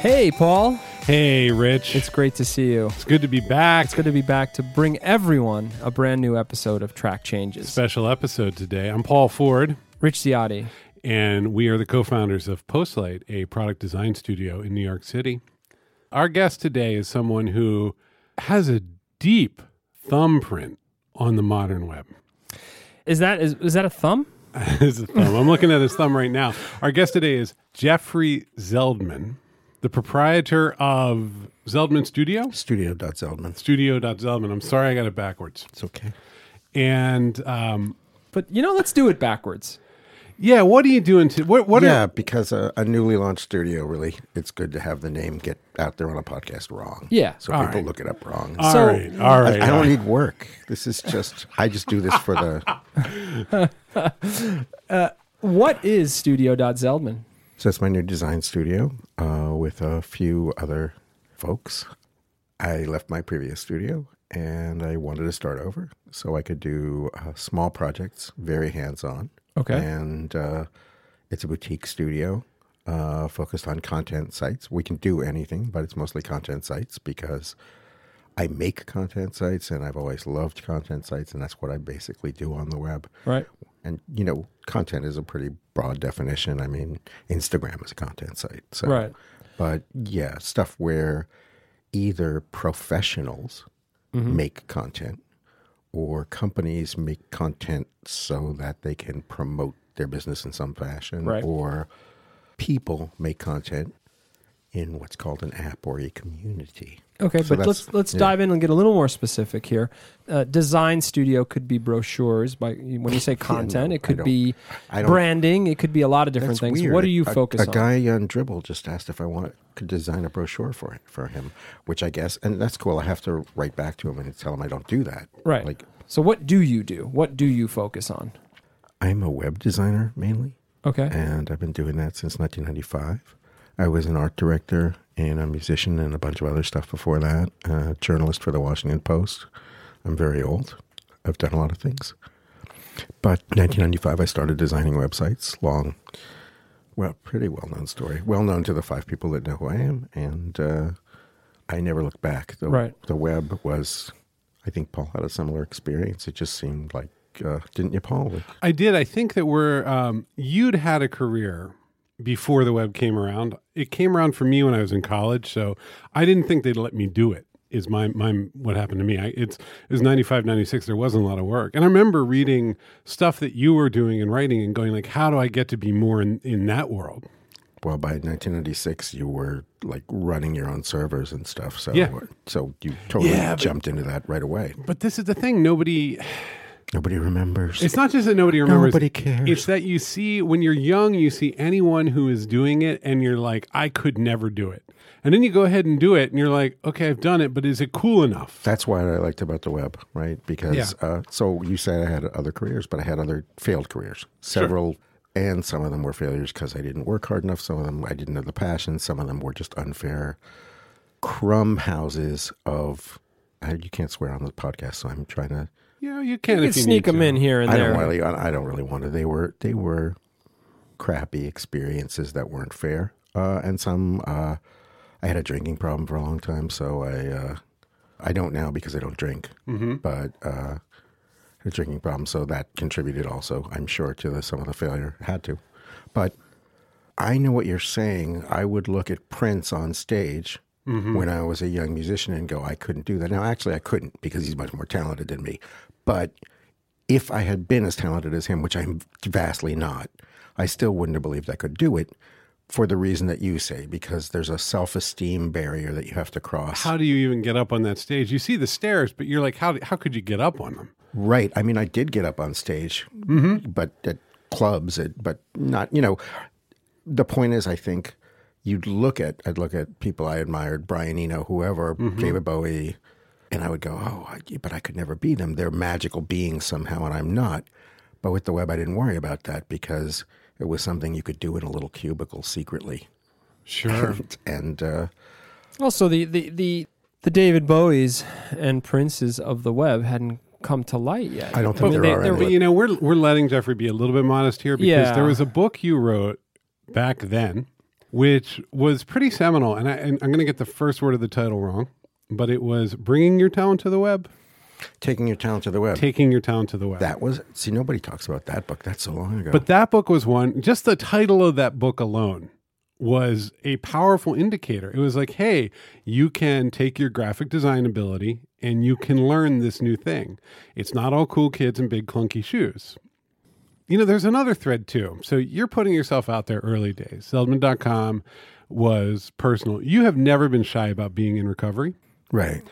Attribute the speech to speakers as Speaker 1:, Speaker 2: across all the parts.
Speaker 1: Hey, Paul.
Speaker 2: Hey, Rich.
Speaker 1: It's great to see you.
Speaker 2: It's good to be back.
Speaker 1: It's good to be back to bring everyone a brand new episode of Track Changes.
Speaker 2: Special episode today. I'm Paul Ford,
Speaker 1: Rich Ciotti.
Speaker 2: and we are the co founders of Postlight, a product design studio in New York City. Our guest today is someone who has a deep thumbprint on the modern web.
Speaker 1: Is that is, is that a thumb?
Speaker 2: his thumb. I'm looking at his thumb right now. Our guest today is Jeffrey Zeldman, the proprietor of Zeldman Studio.
Speaker 3: Studio.zeldman.
Speaker 2: Studio.zeldman. I'm sorry I got it backwards.
Speaker 3: It's okay.
Speaker 2: And um,
Speaker 1: But you know, let's do it backwards.
Speaker 2: yeah, what are you doing? To, what what
Speaker 3: yeah,
Speaker 2: are,
Speaker 3: because a, a newly launched studio, really, it's good to have the name get out there on a podcast wrong.
Speaker 1: Yeah.
Speaker 3: So
Speaker 2: All
Speaker 3: people
Speaker 2: right.
Speaker 3: look it up wrong.
Speaker 2: all
Speaker 1: so-
Speaker 2: right, all right.
Speaker 3: I, I
Speaker 2: all right.
Speaker 3: don't need work. This is just, I just do this for the.
Speaker 1: What is Studio.Zeldman?
Speaker 3: So it's my new design studio uh, with a few other folks. I left my previous studio and I wanted to start over so I could do uh, small projects, very hands on.
Speaker 1: Okay.
Speaker 3: And uh, it's a boutique studio uh, focused on content sites. We can do anything, but it's mostly content sites because I make content sites and I've always loved content sites, and that's what I basically do on the web
Speaker 1: Right.
Speaker 3: and you know content is a pretty broad definition i mean instagram is a content site so
Speaker 1: Right.
Speaker 3: but yeah stuff where either professionals
Speaker 1: Mm-hmm.
Speaker 3: make content or companies make content so that they can promote their business in some fashion
Speaker 1: Right.
Speaker 3: or people make content in what's called an app or a community
Speaker 1: Okay,
Speaker 3: So
Speaker 1: but
Speaker 3: that's-
Speaker 1: let's let's
Speaker 3: yeah.
Speaker 1: dive in and get a little more specific here. Uh, design studio could be brochures. By when you say content,
Speaker 3: no,
Speaker 1: it
Speaker 3: I
Speaker 1: could
Speaker 3: don't-
Speaker 1: be
Speaker 3: I don't-
Speaker 1: branding. It could be a lot of different
Speaker 3: That's
Speaker 1: things.
Speaker 3: weird.
Speaker 1: What are you
Speaker 3: a,
Speaker 1: focused
Speaker 3: a
Speaker 1: on?
Speaker 3: guy on Dribble just asked if I want could design a brochure for it, for him, which I guess, and that's cool. I have to write back to him and tell him I don't do that.
Speaker 1: right.
Speaker 3: Like
Speaker 1: so, what do you do? What do you focus on?
Speaker 3: I'm a web designer mainly,
Speaker 1: Okay.
Speaker 3: and I've been doing that since 1995. I was an art director and a musician and a bunch of other stuff before that. Uh, journalist for the Washington Post. I'm very old. I've done a lot of things. But 1995, I started designing websites. Long, well, pretty well-known story. Well-known to the five people that know who I am, and uh, I never looked back. The,
Speaker 1: Right.
Speaker 3: The web was, I think Paul had a similar experience. It just seemed like, uh, didn't you, Paul? Like,
Speaker 2: I did. I think that we're um, you'd had a career before the web came around. It came around for me when I was in college, so I didn't think they'd let me do it. Is my my what happened to me? I, it's it was 95, 96. There wasn't a lot of work, and I remember reading stuff that you were doing and writing and going like, "How do I get to be more in in that world?"
Speaker 3: Well, by 1996, you were like running your own servers and stuff. So,
Speaker 2: Yeah.
Speaker 3: so you totally
Speaker 2: Yeah, but-
Speaker 3: jumped into that right away.
Speaker 2: But this is the thing. Nobody.
Speaker 3: Nobody remembers.
Speaker 2: It's not just that nobody remembers.
Speaker 3: Nobody cares.
Speaker 2: It's that you see when you're young, you see anyone who is doing it, and you're like, I could never do it. And then you go ahead and do it, and you're like, okay, I've done it, but is it cool enough?
Speaker 3: That's what I liked about the web, right? Because
Speaker 2: Yeah.
Speaker 3: uh, so you said I had other careers, but I had other failed careers, several, and some of them were failures because I didn't work hard enough. Some of them I didn't have the passion. Some of them were just unfair crumb houses of. I, you can't swear on the podcast, so I'm trying to.
Speaker 2: Yeah, you can
Speaker 1: You
Speaker 2: if
Speaker 1: could
Speaker 2: you
Speaker 1: sneak
Speaker 2: need
Speaker 1: them
Speaker 2: to.
Speaker 1: in here and
Speaker 3: I
Speaker 1: there.
Speaker 3: don't really. I I don't really want to. They were. They were crappy experiences that weren't fair, uh, and some. Uh, I had a drinking problem for a long time, so I. Uh, I don't now because I don't drink, but uh, a drinking problem, so that contributed also. I'm sure to the, some of the failure had to, but I know what you're saying. I would look at Prince on stage when I was a young musician and go, I couldn't do that. Now, actually, I couldn't because he's much more talented than me. But if I had been as talented as him, which I'm vastly not, I still wouldn't have believed I could do it for the reason that you say, because there's a self esteem barrier that you have to cross.
Speaker 2: How do you even get up on that stage? You see the stairs, but you're like, how how could you get up on them?
Speaker 3: Right. I mean, I did get up on stage, but at clubs, at, but not, you know, the point is, I think you'd look at, I'd look at people I admired, Brian Eno, whoever, David Bowie, and I would go, oh, I, but I could never be them. They're magical beings somehow, and I'm not. But with the web, I didn't worry about that because it was something you could do in a little cubicle secretly.
Speaker 2: Sure.
Speaker 3: And, uh,
Speaker 1: Also, the, the, the, the David Bowies and Princes of the web hadn't come to light yet.
Speaker 3: I don't
Speaker 1: mean,
Speaker 3: think there
Speaker 1: they-
Speaker 3: are
Speaker 1: they're-
Speaker 3: any.
Speaker 2: But you know, we're we're letting Jeffrey be a little bit modest here because
Speaker 1: Yeah.
Speaker 2: there was a book you wrote back then which was pretty seminal. And, I, and I'm going to get the first word of the title wrong, but it was Bringing Your Talent to the Web,
Speaker 3: Taking Your Talent to the Web.
Speaker 2: Taking Your Talent to the Web.
Speaker 3: that was, see, nobody talks about that book. That's so long ago.
Speaker 2: But that book was one, just the title of that book alone was a powerful indicator. It was like, hey, you can take your graphic design ability and you can learn this new thing. It's not all cool kids in big clunky shoes. You know, there's another thread too. So you're putting yourself out there early days. Seldman.com was personal. You have never been shy about being in recovery,
Speaker 3: right.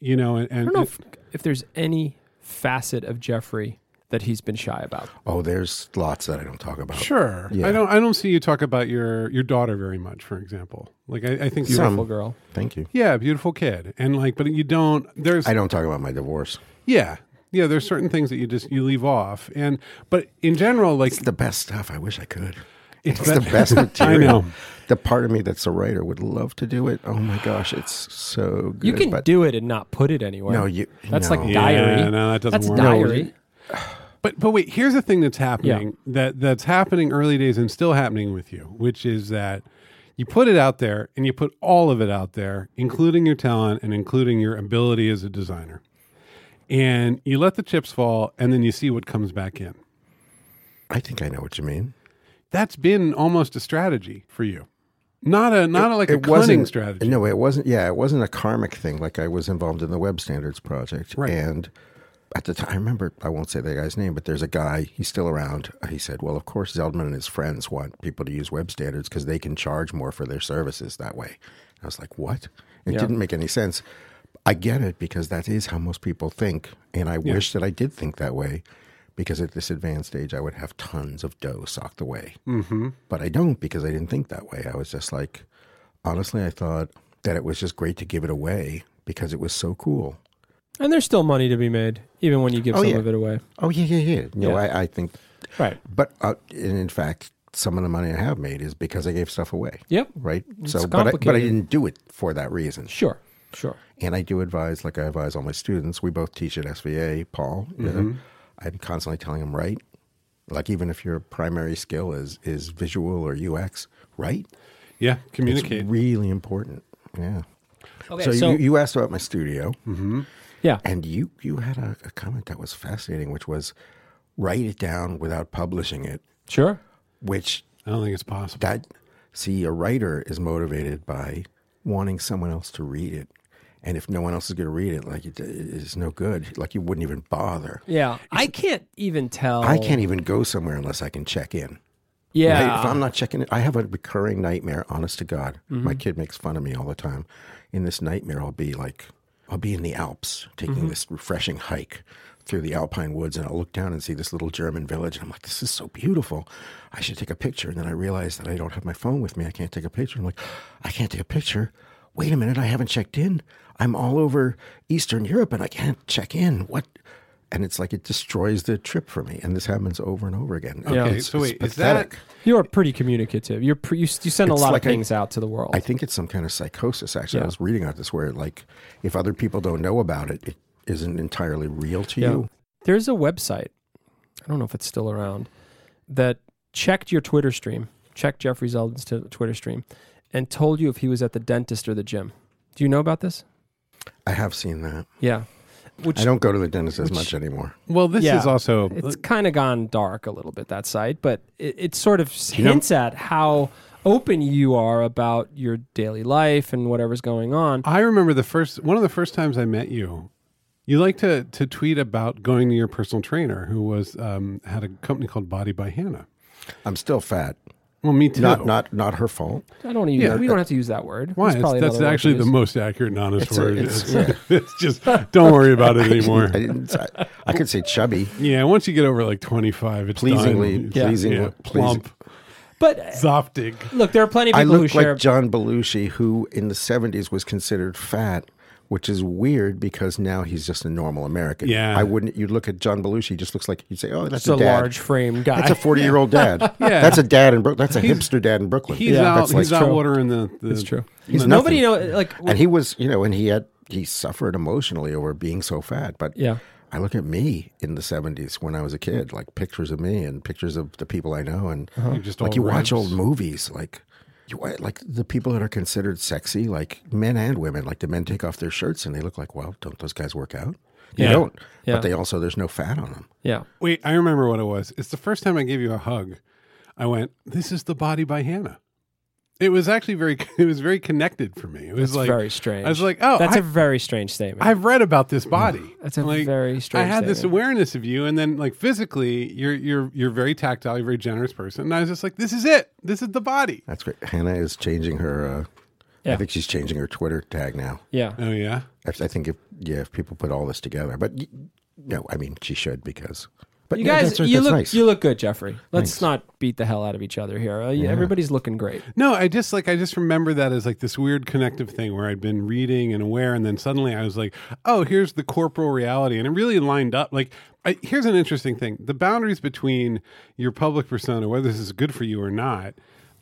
Speaker 2: you know, and, and
Speaker 1: I don't know if, if there's any facet of Jeffrey that he's been shy about.
Speaker 3: Oh, there's lots that I don't talk about.
Speaker 2: sure. I don't I don't see you talk about your your daughter very much, for example. Like I, I think you
Speaker 3: Um,
Speaker 1: Beautiful girl.
Speaker 3: Thank you.
Speaker 2: Yeah, beautiful kid. And like, but you don't, there's,
Speaker 3: I don't talk about my divorce.
Speaker 2: yeah, yeah, there's certain things that you just, you leave off. And, but in general, like,
Speaker 3: It's the best stuff. I wish I could.
Speaker 2: It's
Speaker 3: It's, the
Speaker 2: bet-
Speaker 3: best
Speaker 2: I
Speaker 3: material.
Speaker 2: know.
Speaker 3: The part of me that's a writer would love to do it. Oh my gosh, it's so good.
Speaker 1: You can
Speaker 3: but
Speaker 1: do it and not put it anywhere.
Speaker 3: No, you-
Speaker 1: That's
Speaker 3: no.
Speaker 1: like
Speaker 3: Yeah,
Speaker 1: diary.
Speaker 2: no, that doesn't
Speaker 1: That's
Speaker 2: work.
Speaker 1: diary.
Speaker 2: No. But but wait, here's the thing that's happening that that's happening early days and still happening with you, which is that you put it out there and you put all of it out there, including your talent and including your ability as a designer. And you let the chips fall and then you see what comes back in.
Speaker 3: I think I know what you mean.
Speaker 2: That's been almost a strategy for you. Not a not a, like a cunning
Speaker 3: wasn't
Speaker 2: strategy.
Speaker 3: No, it wasn't. Yeah, it wasn't a karmic thing. Like I was involved in the Web Standards Project,
Speaker 2: Right.
Speaker 3: and at the time, I remember I won't say the guy's name, but there's a guy. He's still around. He said, "Well, of course, Zeldman and his friends want people to use Web Standards because they can charge more for their services that way." I was like, "What?" It didn't make any sense. I get it because that is how most people think, and I wish that I did think that way. Because at this advanced age, I would have tons of dough socked away. Mm-hmm. But I don't because I didn't think that way. I was just like, honestly, I thought that it was just great to give it away because it was so cool.
Speaker 1: And there's still money to be made, even when you give
Speaker 3: Oh,
Speaker 1: some
Speaker 3: yeah.
Speaker 1: of it away.
Speaker 3: Oh yeah, yeah, yeah. No,
Speaker 1: Yeah.
Speaker 3: I, I think,
Speaker 1: Right.
Speaker 3: but uh, and in fact, some of the money I have made is because I gave stuff away,
Speaker 1: Yep.
Speaker 3: right?
Speaker 1: It's
Speaker 3: so, but I, but I
Speaker 1: complicated.
Speaker 3: didn't do it for that reason.
Speaker 1: Sure. Sure.
Speaker 3: And I do advise, like I advise all my students. We both teach at SVA, Paul. you know, I'm constantly telling them, right? Like even if your primary skill is is visual or UX, right?
Speaker 2: yeah, communicate.
Speaker 3: It's really important. Yeah.
Speaker 1: Okay.
Speaker 3: so
Speaker 1: So,
Speaker 3: you, you asked about my studio.
Speaker 1: yeah.
Speaker 3: And you you had a, a comment that was fascinating, which was write it down without publishing it.
Speaker 1: Sure.
Speaker 3: Which
Speaker 2: I don't think it's possible.
Speaker 3: that see a writer is motivated by wanting someone else to read it, and if no one else is going to read it, like it, it's no good. Like you wouldn't even bother.
Speaker 1: Yeah. I can't even tell.
Speaker 3: I can't even go somewhere unless I can check in.
Speaker 1: Yeah.
Speaker 3: Right? If I'm not checking it, I have a recurring nightmare, honest to God.
Speaker 1: Mm-hmm.
Speaker 3: My kid makes fun of me all the time. In this nightmare, I'll be like, I'll be in the Alps taking
Speaker 1: Mm-hmm.
Speaker 3: this refreshing hike through the Alpine woods, and I'll look down and see this little German village. And I'm like, this is so beautiful. I should take a picture. And then I realize that I don't have my phone with me. I can't take a picture. I'm like, I can't take a picture. Wait a minute, I haven't checked in. I'm all over Eastern Europe and I can't check in. What? And it's like it destroys the trip for me. And this happens over and over again.
Speaker 1: Yeah.
Speaker 2: okay,
Speaker 3: It's-
Speaker 2: so
Speaker 3: it's
Speaker 2: wait, is that
Speaker 3: pathetic.
Speaker 1: You're pretty communicative. You're pre- you, s- you send a
Speaker 3: It's
Speaker 1: lot
Speaker 3: like
Speaker 1: of
Speaker 3: I-
Speaker 1: things out to the world.
Speaker 3: I think it's some kind of psychosis. Actually,
Speaker 1: Yeah.
Speaker 3: I was reading about this where, like, if other people don't know about it, it isn't entirely real to
Speaker 1: Yeah.
Speaker 3: you.
Speaker 1: There's a website. I don't know if it's still around that checked your Twitter stream, checked Jeffrey Zeldin's t- Twitter stream, and told you if he was at the dentist or the gym. Do you know about this?
Speaker 3: I have seen that.
Speaker 1: Yeah. Which
Speaker 3: I don't go to the dentist as
Speaker 1: which-
Speaker 3: much anymore.
Speaker 2: well, this
Speaker 1: Yeah.
Speaker 2: is also
Speaker 1: it's kind of gone dark a little bit that side, but it, it sort of
Speaker 2: You know-
Speaker 1: hints at how open you are about your daily life and whatever's going on.
Speaker 2: I remember the first one of the first times I met you. You like to to tweet about going to your personal trainer, who was um, had a company called Body by Hannah.
Speaker 3: I'm still fat.
Speaker 2: Well, me too.
Speaker 3: Not not not her fault.
Speaker 1: I don't even.
Speaker 2: Yeah.
Speaker 1: we don't have to use that word.
Speaker 2: Why?
Speaker 1: There's
Speaker 2: It's-
Speaker 1: probably
Speaker 2: that's
Speaker 1: another word to
Speaker 2: actually the
Speaker 1: use.
Speaker 2: most accurate and honest
Speaker 3: It's a-
Speaker 2: word.
Speaker 3: it's-
Speaker 2: It's, it's just don't worry about it anymore.
Speaker 3: I didn't. I, I could say chubby,
Speaker 2: yeah, once you get over like twenty five, it's
Speaker 3: pleasingly,
Speaker 2: done.
Speaker 1: Yeah.
Speaker 3: pleasing,
Speaker 2: Yeah,
Speaker 3: pleasing.
Speaker 2: plump,
Speaker 1: But uh,
Speaker 2: zoptic.
Speaker 1: look, there are plenty of
Speaker 3: I
Speaker 1: people who
Speaker 3: look
Speaker 1: share.
Speaker 3: like John Belushi, who in the '70s was considered fat. Which is weird because now he's just a normal American.
Speaker 2: Yeah.
Speaker 3: I wouldn't. You'd look at John Belushi, he just looks like you'd say, "Oh,
Speaker 1: it's
Speaker 3: that's
Speaker 1: a
Speaker 3: dad.
Speaker 1: large frame guy.
Speaker 3: That's a forty-year-old dad.
Speaker 2: Yeah.
Speaker 3: that's a dad in Brook. That's a hipster dad in Brooklyn.
Speaker 2: He's
Speaker 1: Yeah,
Speaker 2: out.
Speaker 1: that's
Speaker 2: He's
Speaker 1: like
Speaker 2: out
Speaker 1: true.
Speaker 2: watering the. the
Speaker 1: It's true.
Speaker 3: He's
Speaker 1: Nobody
Speaker 3: nothing.
Speaker 1: know uh, like
Speaker 3: And he was, you know, and he had he suffered emotionally over being so fat. But
Speaker 1: Yeah.
Speaker 3: I look at me in the seventies when I was a kid,
Speaker 1: Uh-huh.
Speaker 3: like pictures of me and pictures of the people I know, and
Speaker 2: Just all
Speaker 3: like you watch
Speaker 2: ribs.
Speaker 3: old movies, like you- what, like the people that are considered sexy, like men and women, like the men take off their shirts and they look like, well, don't those guys work out? They
Speaker 1: Yeah.
Speaker 3: don't.
Speaker 1: Yeah.
Speaker 3: But they also, there's no fat on them.
Speaker 1: Yeah.
Speaker 2: Wait, I remember what it was. It's the first time I gave you a hug. I went, "This is the body by Hannah." It was actually very. It was very connected for me. It was
Speaker 1: It's
Speaker 2: like
Speaker 1: very strange.
Speaker 2: I was like, "Oh,
Speaker 1: That's
Speaker 2: I,
Speaker 1: a very strange statement.
Speaker 2: I've read about this body."
Speaker 1: That's a
Speaker 2: like,
Speaker 1: very
Speaker 2: I
Speaker 1: strange
Speaker 2: had this
Speaker 1: statement.
Speaker 2: awareness of you, and then like physically, you're you're you're very tactile, you're a very generous person, and I was just like, "This is it. This is the body."
Speaker 3: That's great. Hannah is changing her, uh,
Speaker 1: Yeah.
Speaker 3: I think she's changing her Twitter tag now.
Speaker 1: yeah.
Speaker 2: Oh yeah,
Speaker 3: I, I think if, yeah, if people put all this together, but y- no, I mean, she should because, but
Speaker 1: You
Speaker 3: yeah,
Speaker 1: guys,
Speaker 3: that's, right,
Speaker 1: you
Speaker 3: that's
Speaker 1: look
Speaker 3: nice.
Speaker 1: you look good, Jeffrey. Let's not beat the hell out of each other here. Uh, Everybody's looking great.
Speaker 2: No, I just like I just remember that as like this weird connective thing where I'd been reading and aware, and then suddenly I was like, oh, here's the corporal reality, and it really lined up. Like, I, here's an interesting thing: the boundaries between your public persona, whether this is good for you or not,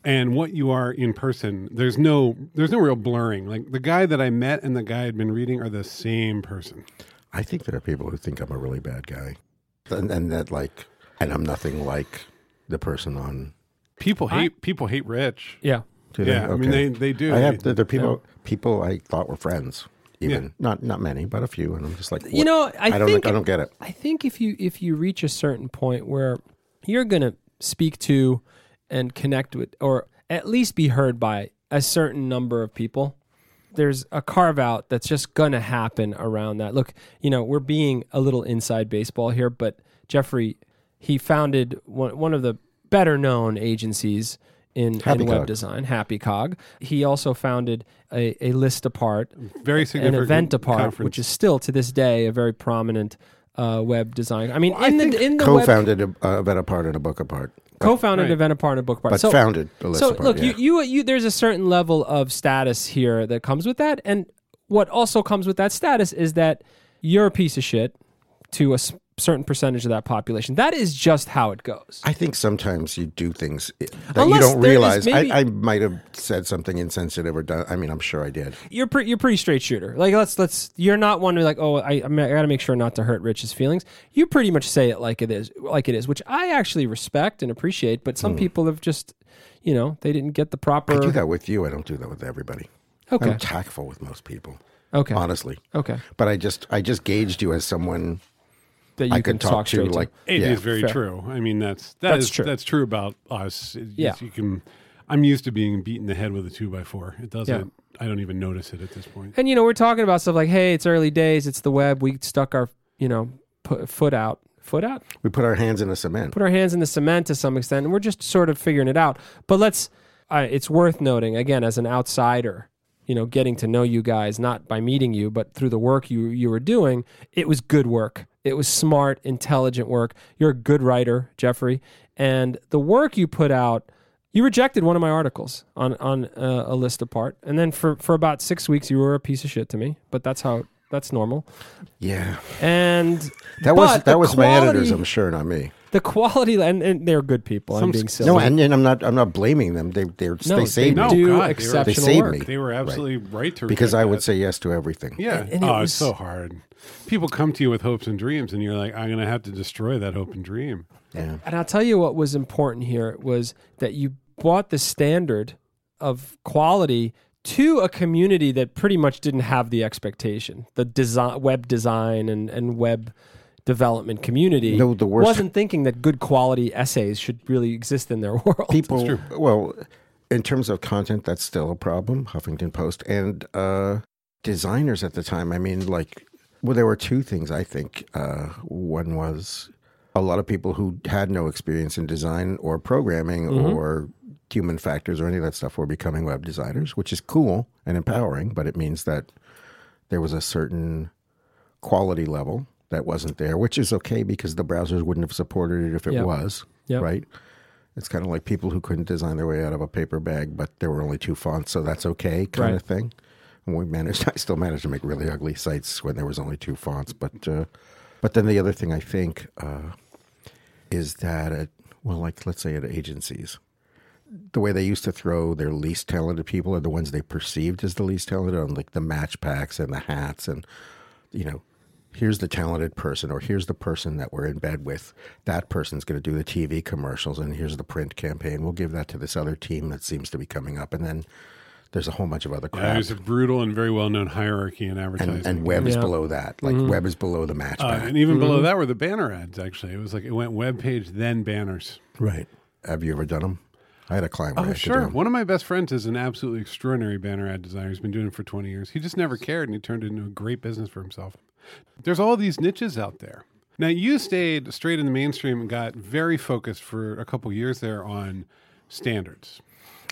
Speaker 2: and what you are in person. There's no there's no real blurring. Like the guy that I met and the guy I'd been reading are the same person.
Speaker 3: I think there are people who think I'm a really bad guy and, and that like, and I'm nothing like the person on
Speaker 2: People hate people hate Rich.
Speaker 1: Yeah.
Speaker 3: Do
Speaker 2: Yeah, I mean, they- they do.
Speaker 3: I have
Speaker 2: They-
Speaker 3: the, the people people I thought were friends, even not not many, but a few, and I'm just like,
Speaker 1: You
Speaker 3: what?
Speaker 1: know, I,
Speaker 3: I, don't
Speaker 1: think
Speaker 3: I don't get it.
Speaker 1: I think if you if you reach a certain point where you're going to speak to and connect with or at least be heard by a certain number of people, there's a carve out that's just going to happen around that. Look, you know, we're being a little inside baseball here, but Jeffrey he founded one, one of the better known agencies in, in
Speaker 3: Happy
Speaker 1: web
Speaker 3: Cog.
Speaker 1: design, Happy Cog. He also founded a, a list apart
Speaker 3: Mm-hmm.
Speaker 2: Very
Speaker 1: an
Speaker 2: significant
Speaker 1: event apart,
Speaker 2: conference.
Speaker 1: which is still to this day a very prominent uh, web design. I mean,
Speaker 2: I
Speaker 1: in the
Speaker 2: think
Speaker 1: in the web,
Speaker 3: Co-founded a, a better part and a book apart,
Speaker 1: co-founded
Speaker 2: Right.
Speaker 1: event apart and book apart.
Speaker 3: but
Speaker 1: so,
Speaker 3: founded a list
Speaker 1: so
Speaker 3: apart.
Speaker 1: look,
Speaker 3: yeah.
Speaker 1: you, you you there's a certain level of status here that comes with that, and what also comes with that status is that you're a piece of shit to a s- certain percentage of that population. That is just how it goes.
Speaker 3: I think sometimes you do things i- that
Speaker 1: Unless
Speaker 3: you don't
Speaker 1: there is
Speaker 3: realize.
Speaker 1: maybe-
Speaker 3: I, I might have said something insensitive or done. I mean, I'm sure I did.
Speaker 1: you're pretty you're pretty straight shooter. Like let's let's you're not one to be like oh I I got to make sure not to hurt Rich's feelings. You pretty much say it like it is like it is, which I actually respect and appreciate. But some people have just you know they didn't get the proper.
Speaker 3: Hmm. I do that with you. I don't do that with everybody.
Speaker 1: Okay.
Speaker 3: I'm tactful with most people,
Speaker 1: Okay.
Speaker 3: honestly.
Speaker 1: Okay.
Speaker 3: But I just I just gauged you as someone
Speaker 1: That you
Speaker 3: I
Speaker 1: can
Speaker 3: could talk, to,
Speaker 1: straight
Speaker 3: like
Speaker 2: It is
Speaker 3: yeah.
Speaker 2: very
Speaker 1: fair.
Speaker 2: true. I mean, that's
Speaker 1: That's
Speaker 2: that's
Speaker 1: true.
Speaker 2: true. That's true about us. It-
Speaker 1: Yeah.
Speaker 2: you can. I'm used to being beaten the head with a two by four. It doesn't.
Speaker 1: Yeah.
Speaker 2: I don't even notice it at this point.
Speaker 1: And you know we're talking about stuff like hey it's early days it's the web we stuck our you know put, foot out foot out
Speaker 3: we put our hands in the cement.
Speaker 1: put our hands in the cement to some extent, and we're just sort of figuring it out. But let's, uh, it's worth noting again as an outsider, you know, getting to know you guys not by meeting you, but through the work you you were doing. It was good work. It was smart, intelligent work. You're a good writer, Jeffrey, and the work you put out. You rejected one of my articles on on uh, a list apart, and then for for about six weeks you were a piece of shit to me. But that's how that's normal.
Speaker 3: yeah.
Speaker 1: And
Speaker 3: That
Speaker 1: but
Speaker 3: was
Speaker 1: the
Speaker 3: that was my editors,
Speaker 1: quality-
Speaker 3: I'm sure, not me.
Speaker 1: the quality, and, and they're good people. I'm
Speaker 2: Some
Speaker 1: being
Speaker 2: s-
Speaker 1: silly.
Speaker 3: No, and, and I'm not I'm not blaming them. They they they saved
Speaker 2: they
Speaker 3: me.
Speaker 2: No,
Speaker 1: do
Speaker 2: God, they were-
Speaker 1: exceptional
Speaker 3: They saved
Speaker 1: work.
Speaker 3: me.
Speaker 2: They were absolutely right, to
Speaker 3: because
Speaker 2: reject
Speaker 3: I would
Speaker 2: that.
Speaker 3: say yes to everything.
Speaker 2: Yeah.
Speaker 1: And- and it
Speaker 2: oh,
Speaker 1: was-
Speaker 2: it's so hard. People come to you with hopes and dreams, and you're like, I'm going to have to destroy that hope and dream.
Speaker 3: Yeah.
Speaker 1: And I'll tell you what was important here was that you brought the standard of quality to a community that pretty much didn't have the expectation. The design, web design, and and web development community
Speaker 3: No, the worst-
Speaker 1: wasn't thinking that good quality essays should really exist in their world.
Speaker 3: People well, in terms of content, that's still a problem, Huffington Post. And uh designers at the time, I mean like well, there were two things I think. Uh one was a lot of people who had no experience in design or programming
Speaker 1: Mm-hmm.
Speaker 3: or human factors or any of that stuff were becoming web designers, which is cool and empowering, but it means that there was a certain quality level that wasn't there, which is okay because the browsers wouldn't have supported it if it
Speaker 1: Yep.
Speaker 3: was,
Speaker 1: Yep.
Speaker 3: right? It's kind of like people who couldn't design their way out of a paper bag, but there were only two fonts, so that's okay, kind
Speaker 1: Right.
Speaker 3: of thing. And we managed, I still managed to make really ugly sites when there was only two fonts, but uh, but then the other thing I think uh, is that at well, like let's say at agencies, the way they used to throw their least talented people are the ones they perceived as the least talented on like the match packs and the hats and you know here's the talented person or here's the person that we're in bed with. That person's going to do the TV commercials and here's the print campaign. We'll give that to this other team that seems to be coming up. And then there's a whole bunch of other crap.
Speaker 2: There's a brutal and very well known hierarchy in advertising.
Speaker 3: and, and web is
Speaker 1: Yeah.
Speaker 3: below that. Like web is below the match.
Speaker 2: Uh, and
Speaker 1: Mm-hmm.
Speaker 2: even below that were the banner ads. Actually, it was like it went web page then banners.
Speaker 3: right. Have you ever done them? I had a client. where
Speaker 2: Oh,
Speaker 3: I had to do
Speaker 2: sure.
Speaker 3: 'em.
Speaker 2: One of my best friends is an absolutely extraordinary banner ad designer. He's been doing it for 20 years. He just never cared and he turned it into a great business for himself. There's all these niches out there. Now, you stayed straight in the mainstream and got very focused for a couple years there on standards.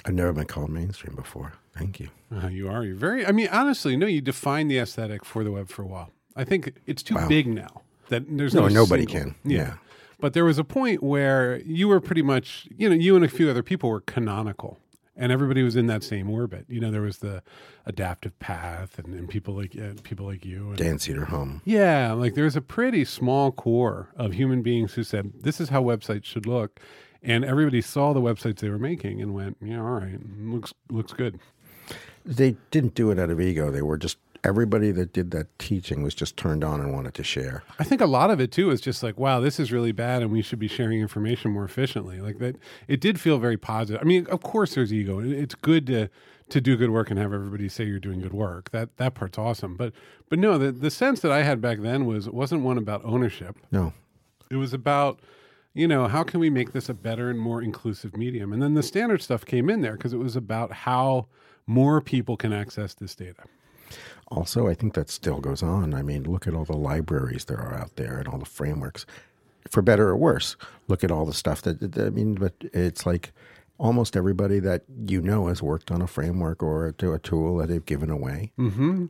Speaker 3: I've never been called mainstream before. Thank you.
Speaker 2: Uh, you are. You're very, I mean, honestly, no, you defined the aesthetic for the web for a while. I think it's too big now that there's no,
Speaker 3: No, nobody
Speaker 2: single-
Speaker 3: can. Yeah.
Speaker 2: But there was a point where you were pretty much, you know, you and a few other people were canonical. And everybody was in that same orbit. You know, there was the adaptive path, and, and people like uh, people like you. And,
Speaker 3: Dan Cedar Home.
Speaker 2: yeah, like there's a pretty small core of human beings who said this is how websites should look, and everybody saw the websites they were making and went, yeah, all right, looks looks good.
Speaker 3: They didn't do it out of ego. They were just everybody that did that teaching was just turned on and wanted to share.
Speaker 2: I think a lot of it too is just like, wow, this is really bad, and we should be sharing information more efficiently. Like that, it did feel very positive. I mean, of course, there's ego. It- It's good to to do good work and have everybody say you're doing good work. That that part's awesome. But but no, the the sense that I had back then was it wasn't one about ownership.
Speaker 3: No,
Speaker 2: It was about you know how can we make this a better and more inclusive medium. And then the standard stuff came in there because it was about how more people can access this data.
Speaker 3: Also, I think that still goes on. I mean, look at all the libraries there are out there and all the frameworks, for better or worse. Look at all the stuff that, that- I mean, but it's like almost everybody that you know has worked on a framework or to a tool that they've given away. Mm-hmm.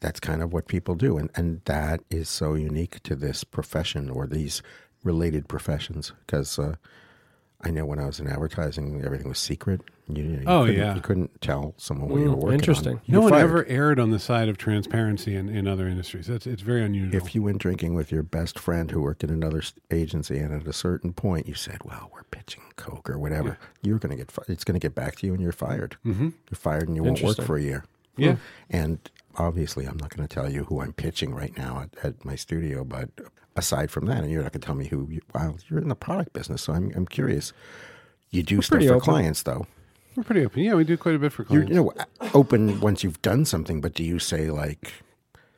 Speaker 3: That's kind of what people do, and and that is so unique to this profession or these related professions because. Uh, I know when I was in advertising, everything was secret. You, you
Speaker 2: Oh,
Speaker 3: couldn't-
Speaker 2: yeah. Mm,
Speaker 3: you couldn't tell someone what you were working on.
Speaker 1: interesting.
Speaker 3: You
Speaker 2: no
Speaker 3: were
Speaker 2: one
Speaker 3: fired.
Speaker 2: ever erred on the side of transparency in, in other industries. That's it's very unusual.
Speaker 3: If you went drinking with your best friend who worked at another s- agency, and at a certain point you said, "Well, we're pitching coke or whatever," you're going to get fi- it's going to get back to you, and you're fired. Mm-hmm. You're fired, and you won't work
Speaker 1: Interesting.
Speaker 3: for a year.
Speaker 2: yeah.
Speaker 3: And obviously, I'm not going to tell you who I'm pitching right now at, at my studio. But aside from that, and you're not going to tell me who. You, well, you're in the product business, so I'm I'm curious. You do stuff
Speaker 1: pretty
Speaker 3: for
Speaker 1: open.
Speaker 3: clients, though.
Speaker 2: We're pretty open. Yeah, we do quite a bit for
Speaker 3: You're
Speaker 2: clients.
Speaker 3: you know open once you've done something, but do you say like?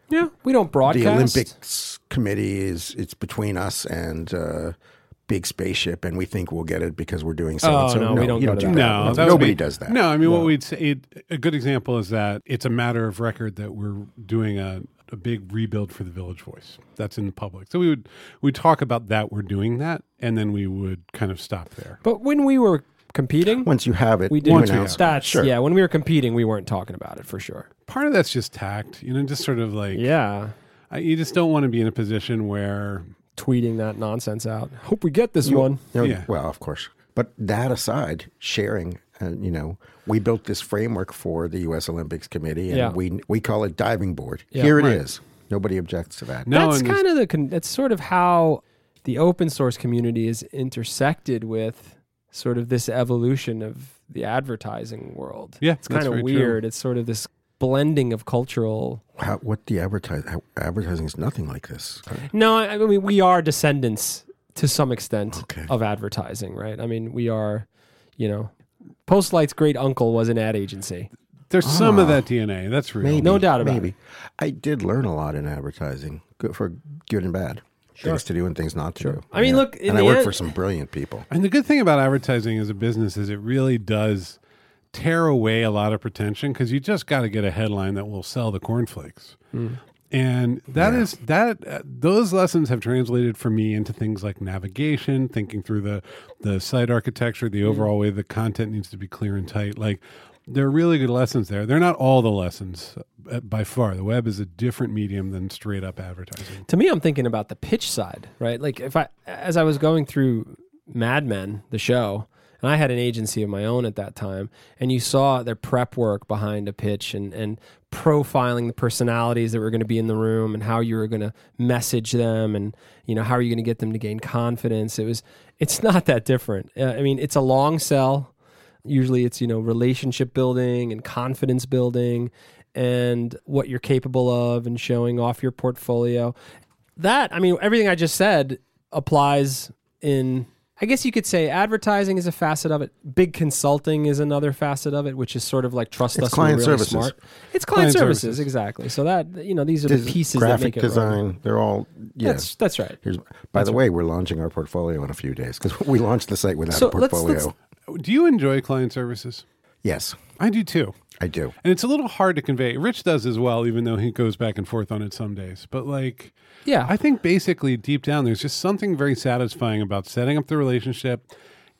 Speaker 1: Yeah, we don't broadcast.
Speaker 3: the Olympics committee is it's between us and uh, big spaceship, and we think we'll get it because we're doing so.
Speaker 1: Oh,
Speaker 3: and so.
Speaker 1: no, we don't
Speaker 3: you
Speaker 1: go to
Speaker 3: do
Speaker 1: that.
Speaker 3: that.
Speaker 2: no, that would
Speaker 3: nobody
Speaker 2: be-
Speaker 3: does that.
Speaker 2: No, I mean, what we'd say, it, a good example is that it's a matter of record that we're doing a, a big rebuild for the Village Voice. That's in the public. So we would we talk about that. We're doing that, and then we would kind of stop there.
Speaker 1: But when we were competing,
Speaker 3: Once you have it,
Speaker 1: we
Speaker 3: you
Speaker 1: didn't.
Speaker 3: announce.
Speaker 1: That's
Speaker 3: Sure.
Speaker 1: yeah. When we were competing, we weren't talking about it for sure.
Speaker 2: Part of that's just tact, you know, just sort of like
Speaker 1: Yeah,
Speaker 2: I, you just don't want to be in a position where
Speaker 1: tweeting that nonsense out. Hope we get this one.
Speaker 3: You know,
Speaker 2: Yeah.
Speaker 3: Well, of course. But that aside, sharing, and you know, we built this framework for the U.S. Olympics Committee, and
Speaker 1: Yeah.
Speaker 3: we we call it diving board.
Speaker 1: Yeah.
Speaker 3: Here it is.
Speaker 2: Right.
Speaker 3: Nobody objects to that.
Speaker 2: no,
Speaker 1: that's
Speaker 2: and there's-
Speaker 1: kind of the con- that's sort of how the open source community is intersected with sort of this evolution of the advertising world.
Speaker 2: Yeah,
Speaker 1: it's kind
Speaker 2: that's
Speaker 1: of
Speaker 2: very
Speaker 1: weird. It's sort of this blending of cultural.
Speaker 3: How, what the advertise how, advertising is nothing like this.
Speaker 1: No, I I mean we are descendants to some extent
Speaker 3: Okay.
Speaker 1: of advertising, right? I mean we are, you know, Postlight's great uncle was an ad agency.
Speaker 2: there's some of that DNA. That's real.
Speaker 3: Maybe,
Speaker 1: No doubt about
Speaker 3: maybe. I did learn a lot in advertising, good for good and bad. Things to do and things not to do.
Speaker 1: I mean, look, in
Speaker 3: and I
Speaker 1: the
Speaker 3: work
Speaker 1: end-
Speaker 3: for some brilliant people.
Speaker 2: And the good thing about advertising as a business is it really does tear away a lot of pretension because you just got to get a headline that will sell the cornflakes. And that is that uh, those lessons have translated for me into things like navigation, thinking through the the site architecture, the overall way the content needs to be clear and tight. Like there are really good lessons there. They're not all the lessons uh, by far. The web is a different medium than straight up advertising.
Speaker 1: to me i'm thinking about the pitch side right like if i as i was going through mad men the show and i had an agency of my own at that time and you saw their prep work behind a pitch and and profiling the personalities that were going to be in the room and how you were going to message them and you know how are you going to get them to gain confidence it was it's not that different uh, i mean it's a long sell usually it's you know relationship building and confidence building and what you're capable of and showing off your portfolio that I mean everything I just said applies in I guess you could say advertising is a facet of it. Big consulting is another facet of it, which is sort of like trust
Speaker 3: It's
Speaker 1: us. we're
Speaker 3: client
Speaker 1: really
Speaker 3: services.
Speaker 1: Smart. It's client,
Speaker 2: Client
Speaker 1: services,
Speaker 2: services.
Speaker 1: exactly. So that you know these are the pieces that
Speaker 3: graphic
Speaker 1: make it
Speaker 3: design.
Speaker 1: relevant.
Speaker 3: They're all
Speaker 1: That's
Speaker 3: yes.
Speaker 1: that's right.
Speaker 3: Here's, by the way, we're launching our portfolio in a few days because we launched the site without
Speaker 1: So
Speaker 3: a
Speaker 1: let's-
Speaker 3: portfolio.
Speaker 1: let's-
Speaker 2: Do you enjoy client services?
Speaker 3: yes,
Speaker 2: I do too.
Speaker 3: I do.
Speaker 2: And it's a little hard to convey. Rich does as well, even though he goes back and forth on it some days. But like,
Speaker 1: Yeah,
Speaker 2: I think basically deep down, there's just something very satisfying about setting up the relationship,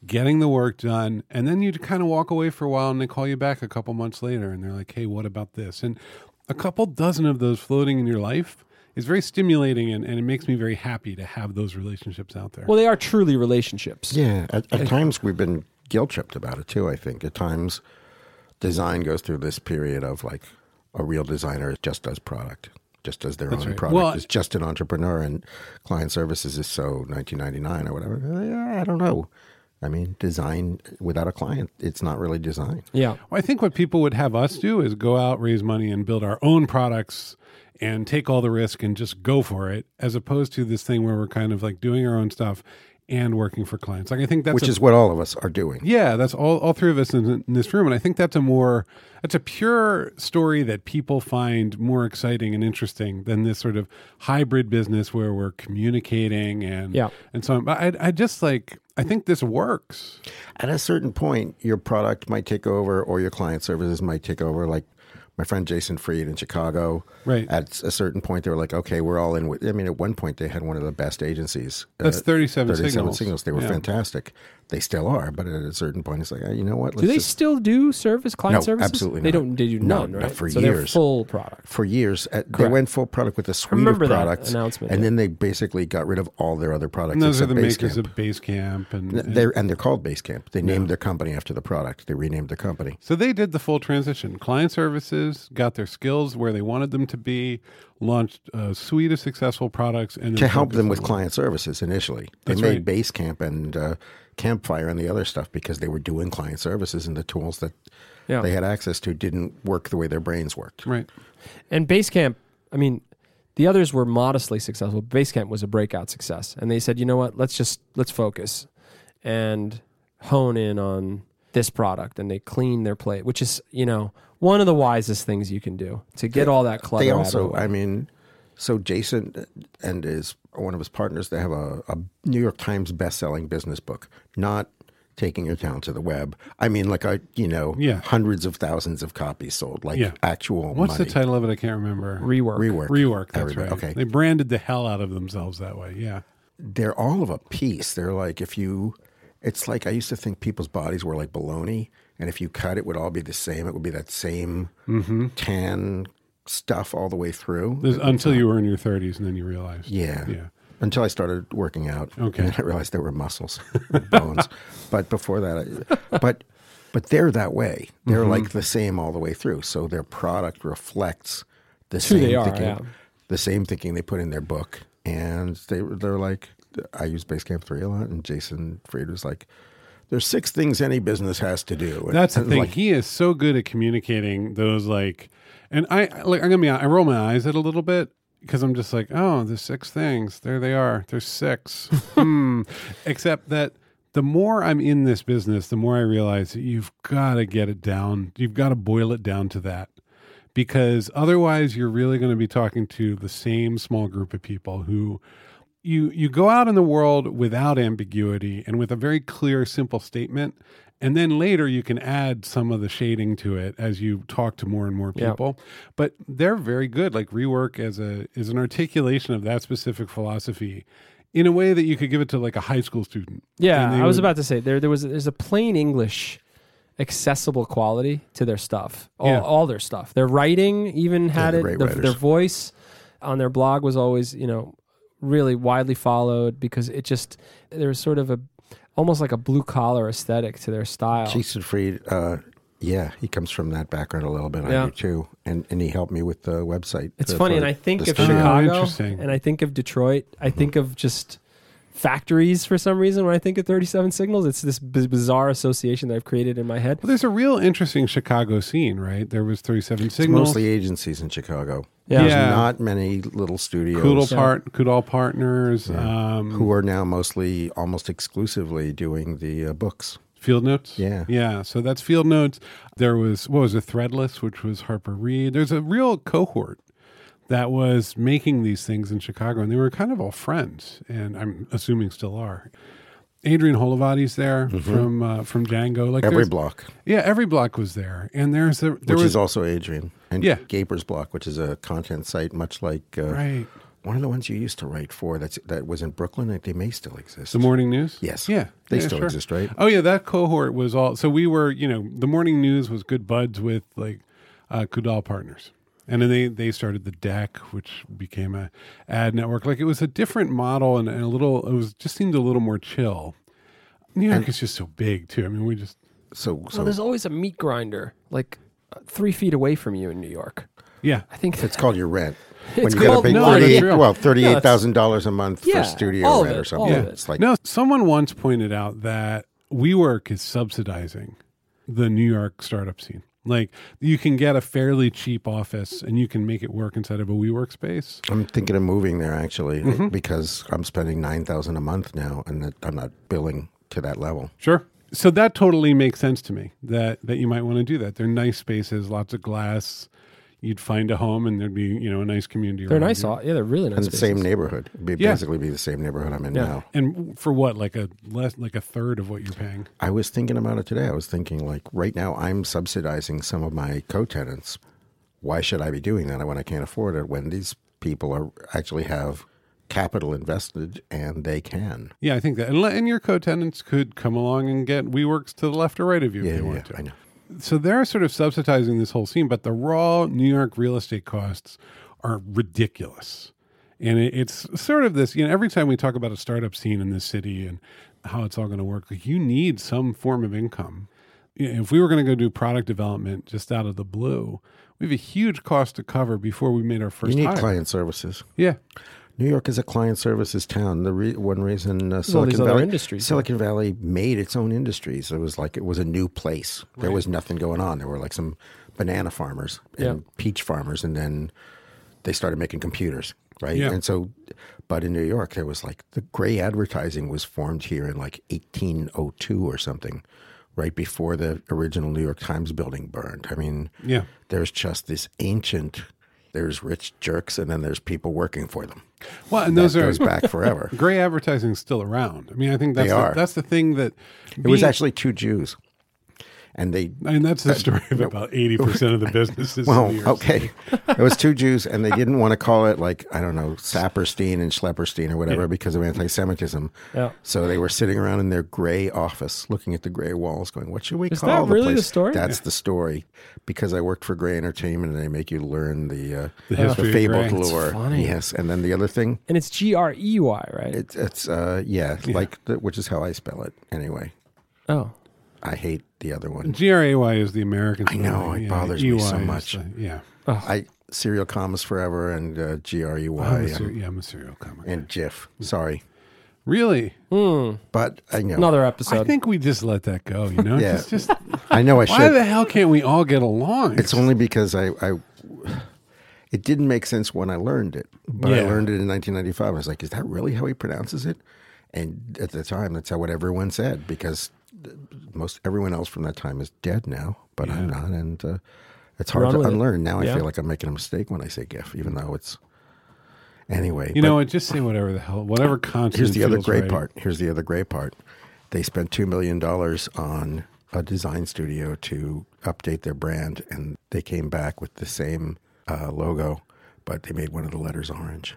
Speaker 2: getting the work done, and then you kind of walk away for a while and they call you back a couple months later and they're like, hey, what about this? And a couple dozen of those floating in your life is very stimulating and, and it makes me very happy to have those relationships out there.
Speaker 1: well they are truly relationships.
Speaker 3: Yeah. At, at times we've been guilt tripped about it too. I think at times design goes through this period of like a real designer just does product, just does their own
Speaker 2: right.
Speaker 3: product.
Speaker 2: Well,
Speaker 3: is just an entrepreneur, and client services is so 1999 or whatever. Eh, I don't know. I mean, design without a client, it's not really design.
Speaker 1: Yeah.
Speaker 2: Well, I think what people would have us do is go out, raise money, and build our own products and take all the risk and just go for it, as opposed to this thing where we're kind of like doing our own stuff and working for clients. Like I think that's
Speaker 3: Which
Speaker 2: a-
Speaker 3: is what all of us are doing.
Speaker 2: yeah, that's all all three of us in, in this room, and I think that's a more that's a pure story that people find more exciting and interesting than this sort of hybrid business where we're communicating and
Speaker 1: Yeah.
Speaker 2: and so on. But I I just like I think this works.
Speaker 3: at a certain point, your product might take over or your client services might take over. Like my friend Jason Fried in Chicago.
Speaker 2: Right.
Speaker 3: At a certain point, they were like, okay, we're all in. With, I mean, at one point, they had one of the best agencies. uh,
Speaker 2: That's 37
Speaker 3: signals.
Speaker 2: Signals.
Speaker 3: They were
Speaker 2: Yeah.
Speaker 3: fantastic. They still are. But at a certain point, it's like, oh, you know what?
Speaker 1: Do they
Speaker 3: just-
Speaker 1: still do service client
Speaker 3: No,
Speaker 1: services?
Speaker 3: absolutely
Speaker 1: They
Speaker 3: not.
Speaker 1: don't. They do
Speaker 3: No,
Speaker 1: none.
Speaker 3: not
Speaker 1: Right.
Speaker 3: for
Speaker 1: so they're
Speaker 3: years.
Speaker 1: full product.
Speaker 3: for years, at, they went full product with a suite of
Speaker 1: remember that
Speaker 3: products.
Speaker 1: announcement,
Speaker 3: and
Speaker 1: yeah.
Speaker 3: then they basically got rid of all their other products.
Speaker 2: And those are
Speaker 3: except
Speaker 2: the makers
Speaker 3: Basecamp.
Speaker 2: of Basecamp and, and
Speaker 3: They're, and they're called Basecamp. They named their company after the product. They renamed their company.
Speaker 2: So they did the full transition. Client services got their skills where they wanted them to be, launched a suite of successful products, and
Speaker 3: to help them with client services initially. They
Speaker 2: That's
Speaker 3: made
Speaker 2: right.
Speaker 3: Basecamp and uh, Campfire and the other stuff because they were doing client services and the tools that
Speaker 1: Yeah.
Speaker 3: they had access to didn't work the way their brains worked.
Speaker 2: right.
Speaker 1: And Basecamp, I mean, the others were modestly successful. Basecamp was a breakout success, and they said, you know what? Let's just let's focus and hone in on this product, and they clean their plate, which is you know one of the wisest things you can do to get all that clutter.
Speaker 3: They
Speaker 1: out of
Speaker 3: also,
Speaker 1: the way.
Speaker 3: I mean, so Jason and his one of his partners, they have a, a New York Times best-selling business book, not taking your town to the web. I mean, like a you know,
Speaker 2: Yeah.
Speaker 3: hundreds of thousands of copies sold, like
Speaker 2: Yeah.
Speaker 3: actual
Speaker 2: What's
Speaker 3: money.
Speaker 2: the title of it? I can't remember.
Speaker 1: rework.
Speaker 3: Rework.
Speaker 2: Rework.
Speaker 3: I
Speaker 2: That's
Speaker 3: remember.
Speaker 2: right.
Speaker 3: Okay.
Speaker 2: They branded the hell out of themselves that way. Yeah.
Speaker 3: they're all of a piece. They're like if you, it's like I used to think people's bodies were like bologna, and if you cut, it would all be the same. It would be that same tan stuff all the way through.
Speaker 2: This- until you were in your 30s, and then you realized.
Speaker 3: yeah.
Speaker 2: Yeah.
Speaker 3: Until I started working out,
Speaker 2: Okay.
Speaker 3: and then I realized there were muscles, and bones. But before that, I, but but they're that way. They're
Speaker 2: Mm-hmm.
Speaker 3: like the same all the way through. So their product reflects the
Speaker 1: who
Speaker 3: same
Speaker 1: they are,
Speaker 3: thinking,
Speaker 1: yeah.
Speaker 3: the same thinking they put in their book. And they they're like, I use Basecamp three a lot, and Jason Fried was like, "There's six things any business has to do." And-
Speaker 2: That's the
Speaker 3: and
Speaker 2: thing.
Speaker 3: like,
Speaker 2: he is so good at communicating those like, and I like. I'm gonna be. hon- I roll my eyes at a little bit because I'm just like, oh, there's six things. There they are. There's six. hmm. Except that the more I'm in this business, the more I realize that you've got to get it down. You've got to boil it down to that. Because otherwise, you're really going to be talking to the same small group of people who you you go out in the world without ambiguity and with a very clear simple statement and then later you can add some of the shading to it as you talk to more and more
Speaker 1: Yeah.
Speaker 2: people but they're very good like rework as a is an articulation of that specific philosophy in a way that you could give it to like a high school student
Speaker 1: Yeah,
Speaker 2: And they
Speaker 1: I was
Speaker 2: would-
Speaker 1: about to say there there was there's a plain English accessible quality to their stuff. All,
Speaker 2: Yeah.
Speaker 1: all their stuff. Their writing even had
Speaker 3: they're
Speaker 1: it.
Speaker 3: great
Speaker 1: The,
Speaker 3: writers.
Speaker 1: their voice on their blog was always, you know, really widely followed because it just there was sort of a almost like a blue collar aesthetic to their style.
Speaker 3: Jason Fried, uh, yeah, he comes from that background a little bit. I
Speaker 1: Yeah.
Speaker 3: do too, and and he helped me with the website.
Speaker 1: It's
Speaker 3: uh,
Speaker 1: funny,
Speaker 3: for
Speaker 1: and I think
Speaker 3: the
Speaker 1: of
Speaker 2: Oh,
Speaker 3: studio.
Speaker 1: Chicago,
Speaker 2: interesting.
Speaker 1: and I think of Detroit. I think of just factories for some reason when I think of 37 Signals. It's this b- bizarre association that I've created in my head.
Speaker 2: Well, there's a real interesting Chicago scene, right? There was 37
Speaker 3: It's
Speaker 2: Signals,
Speaker 3: mostly agencies in Chicago.
Speaker 1: Yeah.
Speaker 3: There's
Speaker 2: Yeah.
Speaker 3: not many little studios
Speaker 2: Kudal Part, Kudal Partners, um,
Speaker 3: who are now mostly almost exclusively doing the uh, books.
Speaker 2: Field Notes.
Speaker 3: Yeah.
Speaker 2: Yeah. So that's Field Notes. There was, what was it, Threadless, which was Harper Reed. There's a real cohort that was making these things in Chicago, and they were kind of all friends, and I'm assuming still are. Adrian Holovati's there from uh, from Django. Like
Speaker 3: Mm-hmm. Every
Speaker 2: there's-
Speaker 3: block,
Speaker 2: Yeah, every block was there. And there's a, there
Speaker 3: which
Speaker 2: was,
Speaker 3: is also Adrian, and
Speaker 2: Yeah.
Speaker 3: Gaper's Block, which is a content site much like uh,
Speaker 2: right.
Speaker 3: one of the ones you used to write for. That's that was in Brooklyn. and They may still exist.
Speaker 2: The morning news?
Speaker 3: Yes.
Speaker 2: Yeah.
Speaker 3: They
Speaker 2: Yeah,
Speaker 3: still
Speaker 2: sure.
Speaker 3: exist, right?
Speaker 2: Oh yeah, that cohort was all so we were, you know, the morning news was good buds with like uh Kudal partners. And then they, they started the deck, which became a ad network. Like it was a different model and, and a little it was just seemed a little more chill. New York is just so big too. I mean we just
Speaker 3: So,
Speaker 1: So
Speaker 3: so
Speaker 1: there's always a meat grinder like uh, three feet away from you in New York.
Speaker 2: yeah.
Speaker 1: I think
Speaker 3: it's called your rent. When
Speaker 1: It's
Speaker 3: you got a
Speaker 1: called
Speaker 3: big
Speaker 2: No, that's
Speaker 3: 38
Speaker 2: real.
Speaker 3: well, thirty-eight thousand dollars a month
Speaker 1: Yeah,
Speaker 3: for studio
Speaker 1: all of
Speaker 3: rent or
Speaker 1: it, all
Speaker 3: something.
Speaker 1: of it.
Speaker 3: It's like
Speaker 2: no, someone once pointed out that WeWork is subsidizing the New York startup scene. Like you can get a fairly cheap office and you can make it work inside of a WeWork space.
Speaker 3: I'm thinking of moving there actually
Speaker 1: Mm-hmm.
Speaker 3: because I'm spending nine thousand a month now, and that I'm not billing to that level.
Speaker 2: Sure. So that totally makes sense to me that that you might want to do that. They're nice spaces, lots of glass. You'd find a home and there'd be, you know, a nice community.
Speaker 1: they're
Speaker 2: around
Speaker 1: nice.
Speaker 2: you.
Speaker 1: all- Yeah, they're really nice.
Speaker 3: And the same
Speaker 1: spaces.
Speaker 3: neighborhood, It'd be
Speaker 2: Yeah.
Speaker 3: basically be the same neighborhood I'm in
Speaker 1: Yeah.
Speaker 3: now.
Speaker 2: And for what? Like a less like a third of what you're paying.
Speaker 3: I was thinking about it today. I was thinking like right now I'm subsidizing some of my co-tenants. Why should I be doing that when I can't afford it? When these people are actually have capital invested and they can.
Speaker 2: Yeah, I think that and, le- and your co-tenants could come along and get WeWorks to the left or right of you if
Speaker 3: Yeah,
Speaker 2: they want
Speaker 3: yeah,
Speaker 2: to.
Speaker 3: I know.
Speaker 2: so they're sort of subsidizing this whole scene, but the raw New York real estate costs are ridiculous. And it, it's sort of this, you know, every time we talk about a startup scene in this city and how it's all going to work, like, you need some form of income. You know, If we were going to go do product development just out of the blue, we have a huge cost to cover before we made our first
Speaker 3: You need
Speaker 2: hire.
Speaker 3: client services.
Speaker 2: Yeah.
Speaker 3: New York is a client services town. The re- one reason uh,
Speaker 1: all
Speaker 3: Silicon
Speaker 1: these other
Speaker 3: Valley
Speaker 1: industries,
Speaker 3: Silicon Valley made its own industries. It was like it was a new place. There was nothing going on. There were like some banana farmers and
Speaker 1: Yeah.
Speaker 3: peach farmers, and then they started making computers, right?
Speaker 2: Yeah.
Speaker 3: And so, but in New York, there was like the gray advertising was formed here in like 1802 or something, right before the original New York Times building burned. I mean,
Speaker 2: Yeah.
Speaker 3: there's just this ancient. There's rich jerks, and then there's people working for them
Speaker 2: Well, and
Speaker 3: that
Speaker 2: those are
Speaker 3: goes back forever. It
Speaker 2: gray advertising's still around. I mean, I think that's
Speaker 3: They
Speaker 2: the,
Speaker 3: are.
Speaker 2: that's the thing that
Speaker 3: was
Speaker 2: being-
Speaker 3: actually two Jews, and they.
Speaker 2: I mean, that's the story of about 80% of the businesses. in
Speaker 3: Well, oh,
Speaker 2: New York
Speaker 3: okay. It was two Jews, and they didn't want to call it like I don't know Saperstein and Schlepperstein or whatever because of anti-Semitism.
Speaker 1: Yeah.
Speaker 3: So they were sitting around in their gray office, looking at the gray walls, going, "What should we
Speaker 1: Is
Speaker 3: call
Speaker 1: that
Speaker 3: the
Speaker 1: really
Speaker 3: place?"
Speaker 1: the story?
Speaker 3: That's the story, because I worked for Gray Entertainment, and they make you learn the uh, the,
Speaker 2: history of
Speaker 3: fabled
Speaker 2: Grey. That's
Speaker 3: lore.
Speaker 1: funny.
Speaker 3: Yes, and then the other thing,
Speaker 1: And it's G R E Y, right?
Speaker 3: it's it's uh, yeah, like the, which is how I spell it anyway.
Speaker 1: oh,
Speaker 3: I hate the other one.
Speaker 2: GRAY is the American. E I
Speaker 3: know, it bothers me so much.
Speaker 2: yeah.
Speaker 3: I serial commas forever and uh, G R U
Speaker 2: I'm a
Speaker 3: Y
Speaker 2: ser- yeah, I'm a serial comic.
Speaker 3: and GIF. Sorry,
Speaker 2: Really?
Speaker 3: but I know
Speaker 1: another
Speaker 2: I
Speaker 1: episode.
Speaker 2: think we just let that go, you know?
Speaker 3: Yeah.
Speaker 2: It's just,
Speaker 3: I know I
Speaker 2: why
Speaker 3: should.
Speaker 2: the hell can't we all get along?
Speaker 3: it's only because I, I it didn't make sense when I learned it, but I
Speaker 2: Yeah.
Speaker 3: learned it in 1995. I was like, is that really how he pronounces it? And at the time, that's how what everyone said because most everyone else from that time is dead now, but I'm not, and uh, it's hard
Speaker 1: Run
Speaker 3: to
Speaker 1: with it.
Speaker 3: unlearn. Now
Speaker 1: Yeah.
Speaker 3: I feel like I'm making a mistake when I say GIF, even though it's anyway.
Speaker 2: you
Speaker 3: but-
Speaker 2: know what? Just say whatever the hell, whatever content.
Speaker 3: Here's the other
Speaker 2: feels
Speaker 3: great
Speaker 2: right.
Speaker 3: part. Here's the other great part. They spent two million dollars on a design studio to update their brand, and they came back with the same uh, logo, but they made one of the letters orange.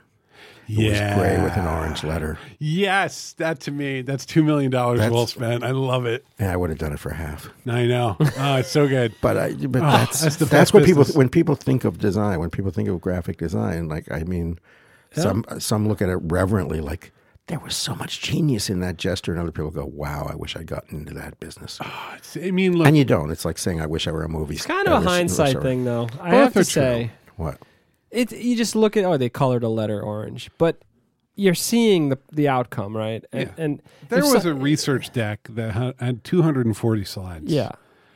Speaker 3: It
Speaker 2: Yeah.
Speaker 3: was gray with an orange letter,
Speaker 2: Yes. That to me, that's $2 million well spent. I love it.
Speaker 3: and I would have done it for half.
Speaker 2: I know. Oh, it's so good.
Speaker 3: But I, but
Speaker 2: Oh, that's
Speaker 3: that's that's,
Speaker 2: the best
Speaker 3: what people
Speaker 2: business.
Speaker 3: when people think of design, when people think of graphic design, like I mean, some some look at it reverently, like. There was so much genius in that gesture, and other people go, "Wow, I wish I got into that business."
Speaker 2: Oh, it's- I mean, look,
Speaker 3: And you don't. It's like saying, I wish I were a movie.
Speaker 1: it's kind of a hindsight thing, though. I
Speaker 2: Both
Speaker 1: have
Speaker 2: are
Speaker 1: to
Speaker 2: true.
Speaker 1: say,
Speaker 3: What?
Speaker 1: it. You just look at oh, they colored a letter orange, but you're seeing the the outcome, right? And,
Speaker 2: Yeah.
Speaker 1: and
Speaker 2: There
Speaker 1: if so-
Speaker 2: was a research deck that ha- had 240 slides.
Speaker 1: yeah,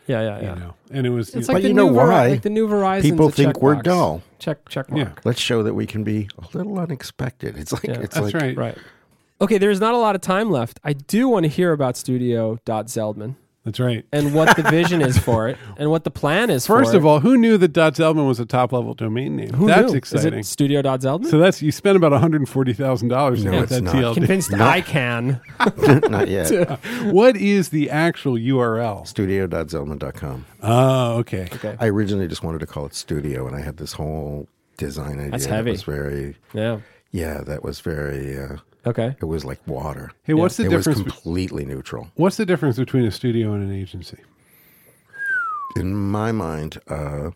Speaker 1: yeah, yeah,
Speaker 2: You
Speaker 1: yeah.
Speaker 2: know, and it was
Speaker 1: It's
Speaker 3: But
Speaker 1: like the
Speaker 3: you know
Speaker 1: new Veri-
Speaker 3: why?
Speaker 1: like the new Verizon.
Speaker 3: People think we're dull.
Speaker 1: Check check mark.
Speaker 3: Let's show that we can be a little unexpected. It's like
Speaker 1: Yeah.
Speaker 3: it's
Speaker 2: that's
Speaker 3: like
Speaker 2: right.
Speaker 1: Right. Okay, there's not a lot of time left. I do want to hear about Studio Dot Zeldman
Speaker 2: That's right.
Speaker 1: and what the vision is for it and what the plan is for
Speaker 2: First of all, who knew that Dot Zeldman was a top level domain name?
Speaker 1: Who
Speaker 2: that's
Speaker 1: knew?
Speaker 2: exciting.
Speaker 1: Is it Studio Dot Zeldman?
Speaker 2: so that's you spent about one hundred forty thousand dollars to
Speaker 3: No,
Speaker 2: get
Speaker 3: it's
Speaker 2: that
Speaker 3: not.
Speaker 2: TLD.
Speaker 1: Convinced I can.
Speaker 3: not yet.
Speaker 2: what is the actual URL?
Speaker 3: Studio.zelman.com.
Speaker 2: Oh, okay.
Speaker 1: Ah, Okay.
Speaker 3: I originally just wanted to call it Studio, and I had this whole design idea.
Speaker 1: That's
Speaker 3: that
Speaker 1: heavy.
Speaker 3: was very
Speaker 1: Yeah.
Speaker 3: yeah. That was very. Uh,
Speaker 1: Okay.
Speaker 3: it was like water.
Speaker 2: Hey, what's the
Speaker 3: it was
Speaker 2: difference? be-
Speaker 3: completely neutral.
Speaker 2: what's the difference between a studio and an agency?
Speaker 3: in my mind, uh,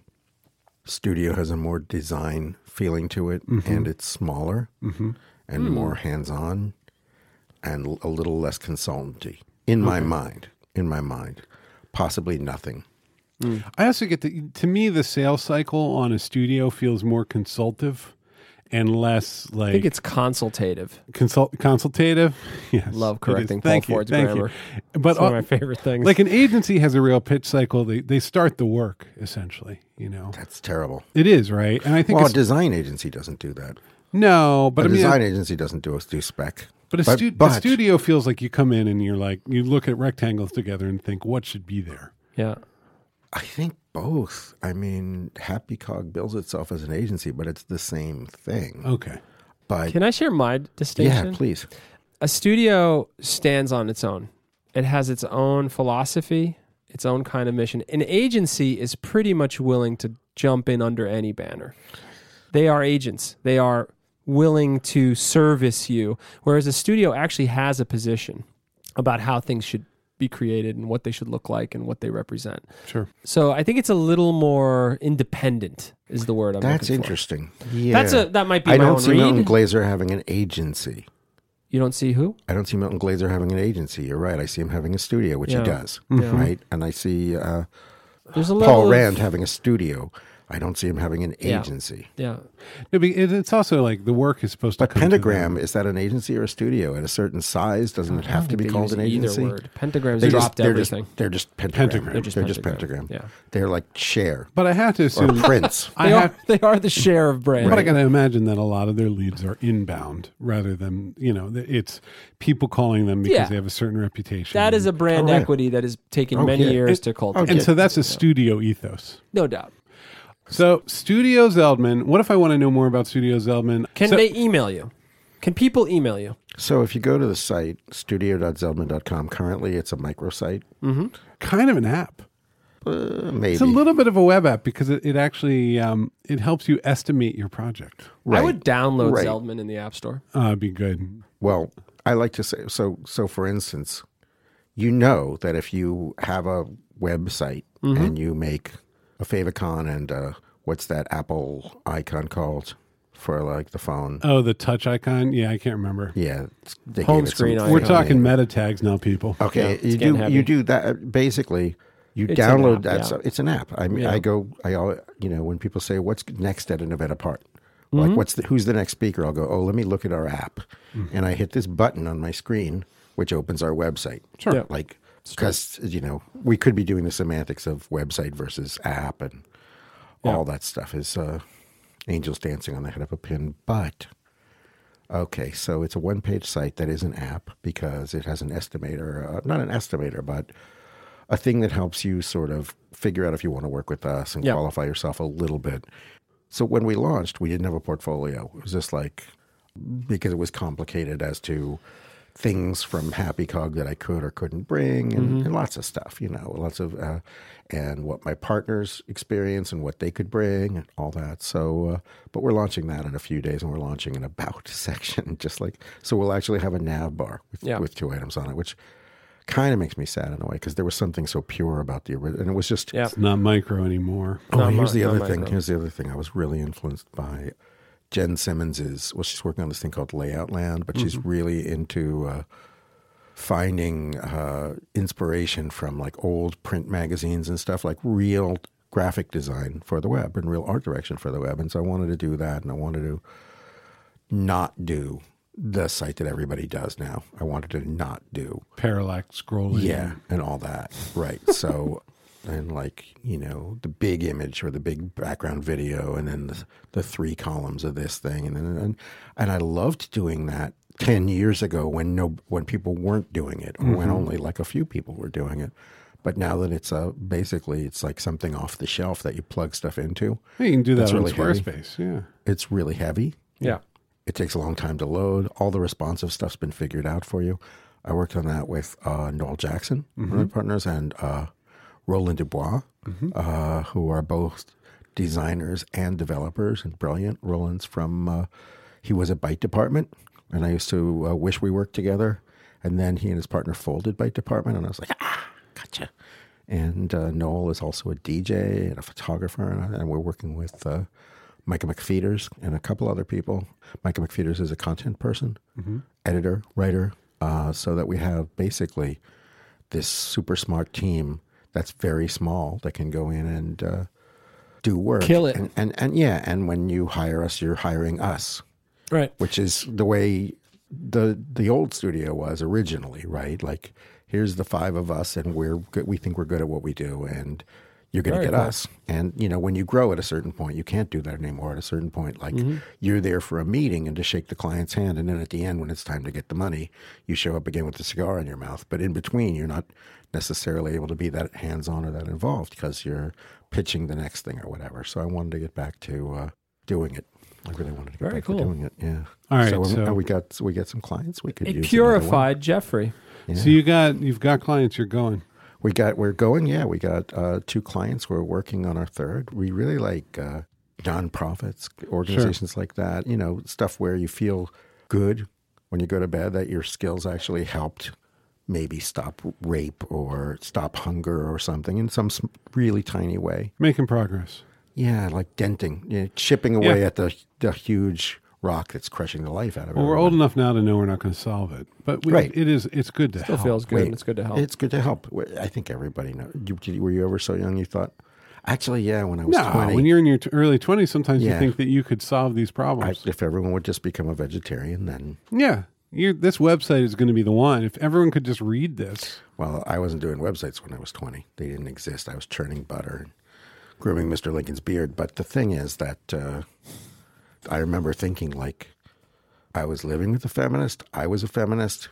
Speaker 3: studio has a more design feeling to it,
Speaker 1: Mm-hmm.
Speaker 3: and it's smaller and
Speaker 1: Hmm.
Speaker 3: more hands-on, and l- a little less consultancy. In my mind, in my mind, possibly nothing.
Speaker 2: I also get the to me the sales cycle on a studio feels more consultative and less
Speaker 1: I think
Speaker 2: like
Speaker 1: it's consultative.
Speaker 2: consult consultative. Yes,
Speaker 1: Love
Speaker 2: it is.
Speaker 1: correcting Paul
Speaker 2: thank you,
Speaker 1: Ford's
Speaker 2: thank
Speaker 1: grammar.
Speaker 2: You. But
Speaker 1: It's one of
Speaker 2: uh,
Speaker 1: my favorite things.
Speaker 2: like an agency has a real pitch cycle. They they start the work essentially. You know,
Speaker 3: That's terrible.
Speaker 2: it is right, and I think
Speaker 3: Well, a
Speaker 2: it's,
Speaker 3: design agency doesn't do that.
Speaker 2: no, but
Speaker 3: A
Speaker 2: I mean,
Speaker 3: design agency doesn't do a do spec.
Speaker 2: But a,
Speaker 3: But-
Speaker 2: stu-
Speaker 3: but-
Speaker 2: a studio feels like you come in and you're like you look at rectangles together and think what should be there.
Speaker 1: yeah.
Speaker 3: I think both. I mean, Happy Cog bills itself as an agency, but it's the same thing.
Speaker 2: Okay,
Speaker 3: but
Speaker 1: Uh, Can I share my distinction?
Speaker 3: yeah, please.
Speaker 1: a studio stands on its own. It has its own philosophy, its own kind of mission. An agency is pretty much willing to jump in under any banner. They are agents. They are willing to service you. Whereas a studio actually has a position about how things should be created and what they should look like and what they represent.
Speaker 2: sure.
Speaker 1: So I think it's a little more independent is the word I'm
Speaker 3: That's
Speaker 1: looking for.
Speaker 3: interesting. Yeah.
Speaker 1: That's a that might be
Speaker 3: I
Speaker 1: my
Speaker 3: don't
Speaker 1: own
Speaker 3: see
Speaker 1: read.
Speaker 3: Milton Glaser having an agency.
Speaker 1: you don't see who?
Speaker 3: I don't see Milton Glaser having an agency. You're right. I see him having a studio, which
Speaker 1: Yeah.
Speaker 3: he does,
Speaker 1: Yeah.
Speaker 3: right? And I see uh,
Speaker 1: There's a level
Speaker 3: Paul
Speaker 1: of-
Speaker 3: Rand having a studio. I don't see him having an
Speaker 1: Yeah.
Speaker 3: agency.
Speaker 1: Yeah.
Speaker 2: No, be- it- it's also like the work is supposed
Speaker 3: But
Speaker 2: to come
Speaker 3: Pentagram is that an agency or a studio? At a certain size, doesn't it have to be
Speaker 1: They
Speaker 3: called
Speaker 1: use
Speaker 3: an
Speaker 1: either
Speaker 3: agency?
Speaker 1: word. Pentagrams
Speaker 3: They
Speaker 1: dropped
Speaker 3: they're
Speaker 1: everything.
Speaker 3: Just, they're just pentagram.
Speaker 2: Pentagram.
Speaker 3: They're just pentagram.
Speaker 1: Yeah.
Speaker 3: They're like chair
Speaker 2: But I have to
Speaker 3: or
Speaker 2: assume
Speaker 3: prince.
Speaker 2: I
Speaker 1: they,
Speaker 2: have.
Speaker 1: are, they are the share of brand.
Speaker 2: But I got to imagine that a lot of their leads are inbound rather than you know th- it's people calling them because
Speaker 1: Yeah.
Speaker 2: they have a certain reputation.
Speaker 1: that is a brand
Speaker 3: Oh, yeah.
Speaker 1: equity that has taken
Speaker 3: Oh,
Speaker 1: many
Speaker 3: yeah.
Speaker 1: years
Speaker 2: It-
Speaker 1: to
Speaker 3: Oh,
Speaker 1: cultivate.
Speaker 2: and so that's a studio ethos.
Speaker 1: no doubt.
Speaker 2: So Studio Zeldman. What if I want to know more about Studio Zeldman?
Speaker 1: Can
Speaker 2: So-
Speaker 1: they email you? Can people email you?
Speaker 3: So if you go to the site studio.zeldman.com, currently it's a microsite.
Speaker 1: Mm-hmm.
Speaker 2: kind of an app?
Speaker 3: Uh, maybe
Speaker 2: It's a little bit of a web app because it, it actually um, it helps you estimate your project.
Speaker 1: I
Speaker 3: Right.
Speaker 1: would download
Speaker 3: Right.
Speaker 1: Zeldman in the App Store.
Speaker 3: Ah,
Speaker 2: Uh, it'd be good.
Speaker 3: Well, I like to say so. So, for instance, you know that if you have a website
Speaker 1: Mm-hmm.
Speaker 3: and you make a favicon and uh, what's that Apple icon called for like the phone?
Speaker 2: Oh, the touch icon. Yeah, I can't remember.
Speaker 3: yeah, it's- they
Speaker 1: Uh, Home
Speaker 3: gave it
Speaker 1: screen
Speaker 3: some
Speaker 1: icon.
Speaker 2: We're
Speaker 3: funny
Speaker 2: talking
Speaker 3: name.
Speaker 2: meta tags now, people.
Speaker 1: Yeah,
Speaker 3: Okay,
Speaker 1: it's
Speaker 3: you
Speaker 1: getting
Speaker 3: do
Speaker 1: heavy.
Speaker 3: you do that uh, basically. You
Speaker 1: It's an app,
Speaker 3: download that.
Speaker 1: yeah.
Speaker 3: So it's an app. I mean,
Speaker 1: Yeah.
Speaker 3: I go. I always, you know, when people say what's next at an event apart, like
Speaker 1: Mm-hmm.
Speaker 3: what's the, who's the next speaker? I'll go. Oh, let me look at our app, and I hit this button on my screen, which opens our website.
Speaker 2: Sure.
Speaker 1: Yeah.
Speaker 3: Like because you know we could be doing the semantics of website versus app and all that stuff is uh, angels dancing on the head of a pin, but. Okay, so it's a one page site that is an app because it has an estimator, uh, not an estimator, but a thing that helps you sort of figure out if you want to work with us and
Speaker 1: Yeah.
Speaker 3: qualify yourself a little bit. So when we launched, we didn't have a portfolio. It was just like because it was complicated as to things from Happy Cog that I could or couldn't bring and,
Speaker 1: Mm-hmm.
Speaker 3: and lots of stuff, you know, lots of, uh, and what my partners experience and what they could bring and all that. So, uh, but we're launching that in a few days and we're launching an about section, just like, so we'll actually have a nav bar with,
Speaker 1: Yeah.
Speaker 3: with two items on it, which kind of makes me sad in a way because there was something so pure about the original. And it was just,
Speaker 1: Yeah.
Speaker 2: It's not micro anymore.
Speaker 3: Oh,
Speaker 1: Not
Speaker 3: here's
Speaker 1: mi-
Speaker 3: the
Speaker 1: not
Speaker 3: other
Speaker 1: micro.
Speaker 3: thing. Here's the other thing. I was really influenced by Jen Simmons's. Well, she's working on this thing called Layout Land, but she's
Speaker 1: Mm-hmm.
Speaker 3: really into uh, finding uh, inspiration from like old print magazines and stuff, like real graphic design for the web and real art direction for the web. And so I wanted to do that, and I wanted to not do the site that everybody does now. I wanted to not do.
Speaker 2: Parallax scrolling.
Speaker 3: Yeah, and all that. Right. So, and like, you know, the big image or the big background video, and then the, the three columns of this thing. And then, and, and I loved doing that 10 years ago when no, when people weren't doing it or when only like a few people were doing it. But now that it's a, basically, it's like something off the shelf that you plug stuff into.
Speaker 2: Hey, you can do that
Speaker 3: That's
Speaker 2: on
Speaker 3: really heavy.
Speaker 2: Squarespace. Yeah.
Speaker 3: It's really heavy.
Speaker 1: Yeah.
Speaker 3: It takes a long time to load. All the responsive stuff's been figured out for you. I worked on that with uh, Noel Jackson, one of my partners, and uh, Roland Dubois, uh, who are both designers and developers and brilliant. Roland's from, uh, he was at Byte Department, and I used to uh, wish we worked together. And then he and his partner folded Byte Department, and I was like, ah, gotcha. And uh, Noel is also a DJ and a photographer, and, and we're working with uh, Micah McFeeters and a couple other people. Micah McFeeters is a content person,
Speaker 1: Mm-hmm.
Speaker 3: editor, writer, uh, so that we have basically this super smart team that's very small that can go in and uh, do work.
Speaker 1: Kill it.
Speaker 3: And, and, and yeah, and when you hire us, you're hiring us
Speaker 1: Right.
Speaker 3: which is the way the the old studio was originally, right? Like here's the five of us, and we're good, we think we're good at what we do, and you're going to
Speaker 1: Very
Speaker 3: get
Speaker 1: cool.
Speaker 3: us. And you know, when you grow at a certain point, you can't do that anymore. At a certain point, like
Speaker 1: Mm-hmm.
Speaker 3: you're there for a meeting and to shake the client's hand, and then at the end, when it's time to get the money, you show up again with a cigar in your mouth. But in between, you're not necessarily able to be that hands on or that involved because you're pitching the next thing or whatever. So I wanted to get back to uh, doing it. I really wanted to get
Speaker 1: Very
Speaker 3: back
Speaker 1: cool.
Speaker 3: to doing it. Yeah.
Speaker 2: All right,
Speaker 3: So, um,
Speaker 2: so-
Speaker 3: and we got we got some clients we could
Speaker 1: It
Speaker 3: use. another
Speaker 1: purified Jeffrey.
Speaker 3: one. Yeah.
Speaker 2: So you got you've got clients. You're going.
Speaker 3: we got we're going. Yeah, we got uh, two clients. We're working on our third. We really like uh, nonprofits, organizations like that. You know, stuff where you feel good when you go to bed that your skills actually helped maybe stop rape or stop hunger or something in some s- really tiny way.
Speaker 2: Making progress.
Speaker 3: Yeah, like denting, you know, chipping away
Speaker 2: Yeah.
Speaker 3: at the the huge rock that's crushing the life out of it.
Speaker 2: Well, we're old enough now to know we're not going to solve it, but we,
Speaker 3: Oh, Right.
Speaker 2: it is it's good to
Speaker 1: Still
Speaker 2: help.
Speaker 1: feels good.
Speaker 3: Oh, Wait,
Speaker 1: and it's good to help.
Speaker 3: It's good to help. Wh- I think everybody knows. You, you- were you ever so young you thought? Actually, yeah, when I was
Speaker 2: No,
Speaker 3: 20.
Speaker 2: when you're in your t- early 20s, sometimes you
Speaker 3: Yeah.
Speaker 2: think that you could solve these
Speaker 3: I,
Speaker 2: problems.
Speaker 3: if everyone would just become a vegetarian, then,
Speaker 2: yeah, you this website is going to be the one. If everyone could just read this,
Speaker 3: well, I wasn't doing websites when I was 20. They didn't exist. I was churning butter and grooming Mr. Lincoln's beard. But the thing is that uh, I remember thinking, like, I was living with a feminist. I was a feminist.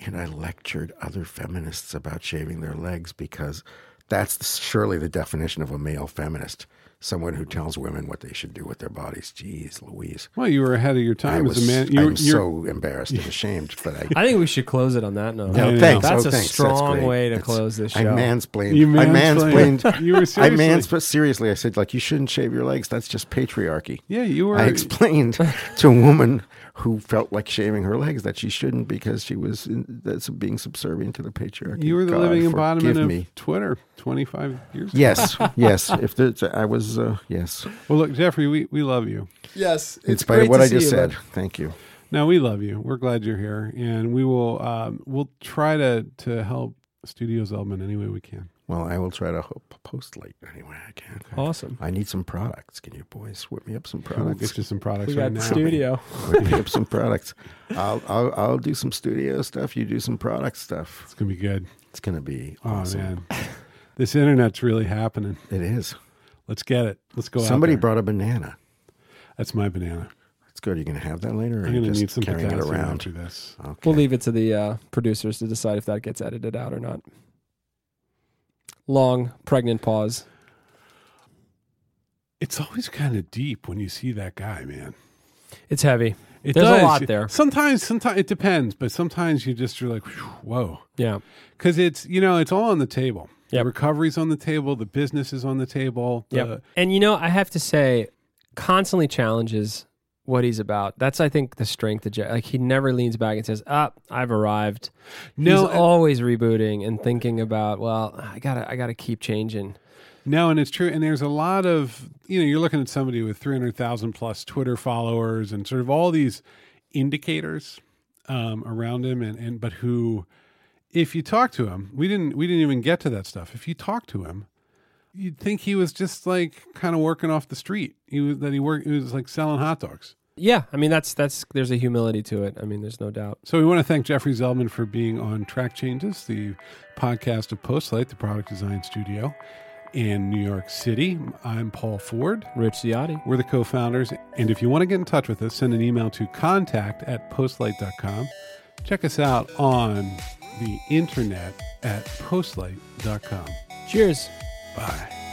Speaker 3: And I lectured other feminists about shaving their legs because that's surely the definition of a male feminist someone who tells women what they should do with their bodies. Jeez Louise.
Speaker 2: well, you were ahead of your
Speaker 3: I
Speaker 2: time
Speaker 3: was,
Speaker 2: as a man. You,
Speaker 3: I'm so embarrassed and ashamed, but I.
Speaker 1: I think we should close it on that note.
Speaker 3: No,
Speaker 2: I know.
Speaker 3: thanks.
Speaker 1: That's
Speaker 3: oh,
Speaker 1: a
Speaker 3: thanks.
Speaker 1: strong
Speaker 3: great.
Speaker 1: way to
Speaker 3: That's-
Speaker 1: close this
Speaker 3: I
Speaker 1: show.
Speaker 3: mansplained.
Speaker 2: You
Speaker 3: I
Speaker 2: mansplained.
Speaker 3: mansplained.
Speaker 2: You were
Speaker 3: I
Speaker 2: seriously-
Speaker 3: mansplained. Seriously, I said, like, you shouldn't shave your legs. That's just patriarchy.
Speaker 2: yeah, you were.
Speaker 3: I explained to a woman who felt like shaving her legs that she shouldn't because she was in, that's being subservient to the patriarchy.
Speaker 2: you were the
Speaker 3: God,
Speaker 2: living
Speaker 3: forgive
Speaker 2: embodiment of
Speaker 3: me.
Speaker 2: Twitter 25 years. ago.
Speaker 3: Yes, yes. If there's, I was, uh, yes.
Speaker 2: Well, look, Jeffrey, we, we love you.
Speaker 1: Yes.
Speaker 3: In spite of what I just said, thank you.
Speaker 2: No, we love you. We're glad you're here, and we will um, we'll try to to help Studio Zelman any way we can.
Speaker 3: Well, I will try to ho- post late anyway I can.
Speaker 1: Awesome.
Speaker 3: I need some products. Can you boys whip me up some
Speaker 2: We'll
Speaker 3: products?
Speaker 2: get you some products
Speaker 1: We
Speaker 2: right
Speaker 1: got
Speaker 2: now.
Speaker 1: the studio.
Speaker 3: Pick up some products. I'll, I'll I'll do some studio stuff. You do some product stuff.
Speaker 2: It's gonna be good.
Speaker 3: It's gonna be
Speaker 2: Oh
Speaker 3: awesome.
Speaker 2: man, this internet's really happening.
Speaker 3: It is.
Speaker 2: Let's get it. Let's go. out
Speaker 3: Somebody
Speaker 2: there.
Speaker 3: brought a banana.
Speaker 2: That's my banana.
Speaker 3: That's good. Are you gonna have that later? Or
Speaker 2: I'm
Speaker 3: are you
Speaker 2: gonna
Speaker 3: just
Speaker 2: need some
Speaker 3: carrying it
Speaker 2: potassium
Speaker 3: around.
Speaker 2: after this.
Speaker 3: Okay.
Speaker 1: We'll leave it to the uh, producers to decide if that gets edited out or not. Long, pregnant pause.
Speaker 2: It's always kind of deep when you see that guy, man.
Speaker 1: It's heavy.
Speaker 2: It
Speaker 1: There's a
Speaker 2: does.
Speaker 1: lot there.
Speaker 2: Sometimes, sometimes it depends, but sometimes you just are like, "Whew, whoa,
Speaker 1: Yeah.
Speaker 2: because it's you know it's all on the table.
Speaker 1: Yep.
Speaker 2: Yeah, The recovery's on the table. The business is on the table.
Speaker 1: Yep.
Speaker 2: the-
Speaker 1: and you know, I have to say, constantly challenges what he's about. That's I think the strength of Jack. Like he never leans back and says, "Ah, I've arrived."
Speaker 2: No,
Speaker 1: he's always rebooting and thinking about, well, I gotta, I gotta keep changing.
Speaker 2: No, and it's true. And there's a lot of, you know, you're looking at somebody with 300,000 plus Twitter followers and sort of all these indicators um, around him. And, and, but who, if you talk to him, we didn't, we didn't even get to that stuff. If you talk to him, you'd think he was just like kind of working off the street. He was, that he worked, he was like selling hot dogs.
Speaker 1: Yeah, I mean that's that's there's a humility to it. I mean, there's no doubt.
Speaker 2: So we want to thank Jeffrey Zellman for being on Track Changes, the podcast of Postlight, the product design studio in New York City. I'm Paul Ford.
Speaker 1: Rich Ciotti.
Speaker 2: We're the co-founders. And if you want to get in touch with us, send an email to contact at postlight.com. Check us out on the internet at postlight.com.
Speaker 1: Cheers.
Speaker 2: Bye.